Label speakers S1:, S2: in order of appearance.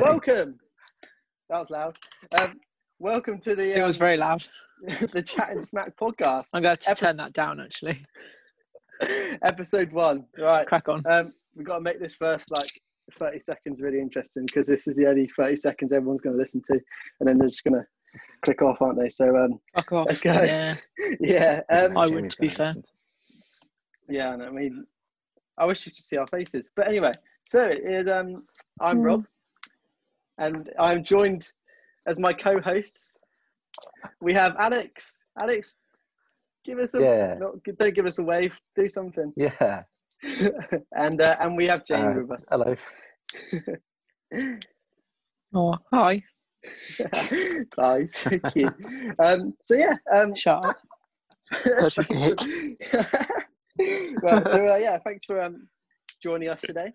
S1: Welcome. That was loud. Um, welcome to the
S2: It
S1: um,
S2: was very loud.
S1: the Chat and Snack podcast,
S2: I'm going to
S1: Epis-
S2: turn that down actually.
S1: episode one. Right.
S2: Crack on.
S1: Um, we've got to make this first like 30 seconds really interesting because this is the only 30 seconds everyone's going to listen to, and then they're just going to click off, aren't they? So um,
S2: Fuck off.
S1: let's go.
S2: Yeah.
S1: yeah, um,
S2: I would, to be fair.
S1: yeah. and I mean, I wish you could see our faces, but anyway. So it is. Um, I'm Rob, and I'm joined as my co-hosts. We have Alex. Alex, give us a
S3: Yeah.
S1: not, don't give us a wave. Do something.
S3: Yeah.
S1: and uh, and we have James
S3: Uh,
S1: with us.
S3: Hello.
S2: Oh, hi.
S1: Hi, thank you. Um, so yeah, um,
S2: Shut up.
S3: Such a dick.
S1: well, so, uh, yeah, thanks for um, joining us today.